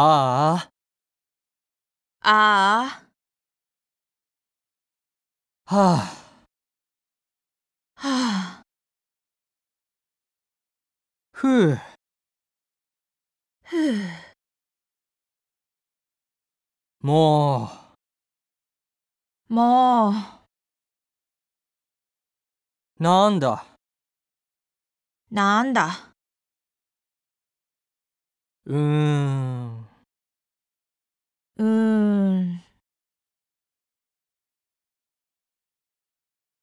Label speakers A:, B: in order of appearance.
A: あ
B: あ
A: あ、はあ、
B: あ、はあ、
A: ふう、
B: ふう、
A: も
B: もう、
A: う、なんだ、
B: なんだ。
A: うーん。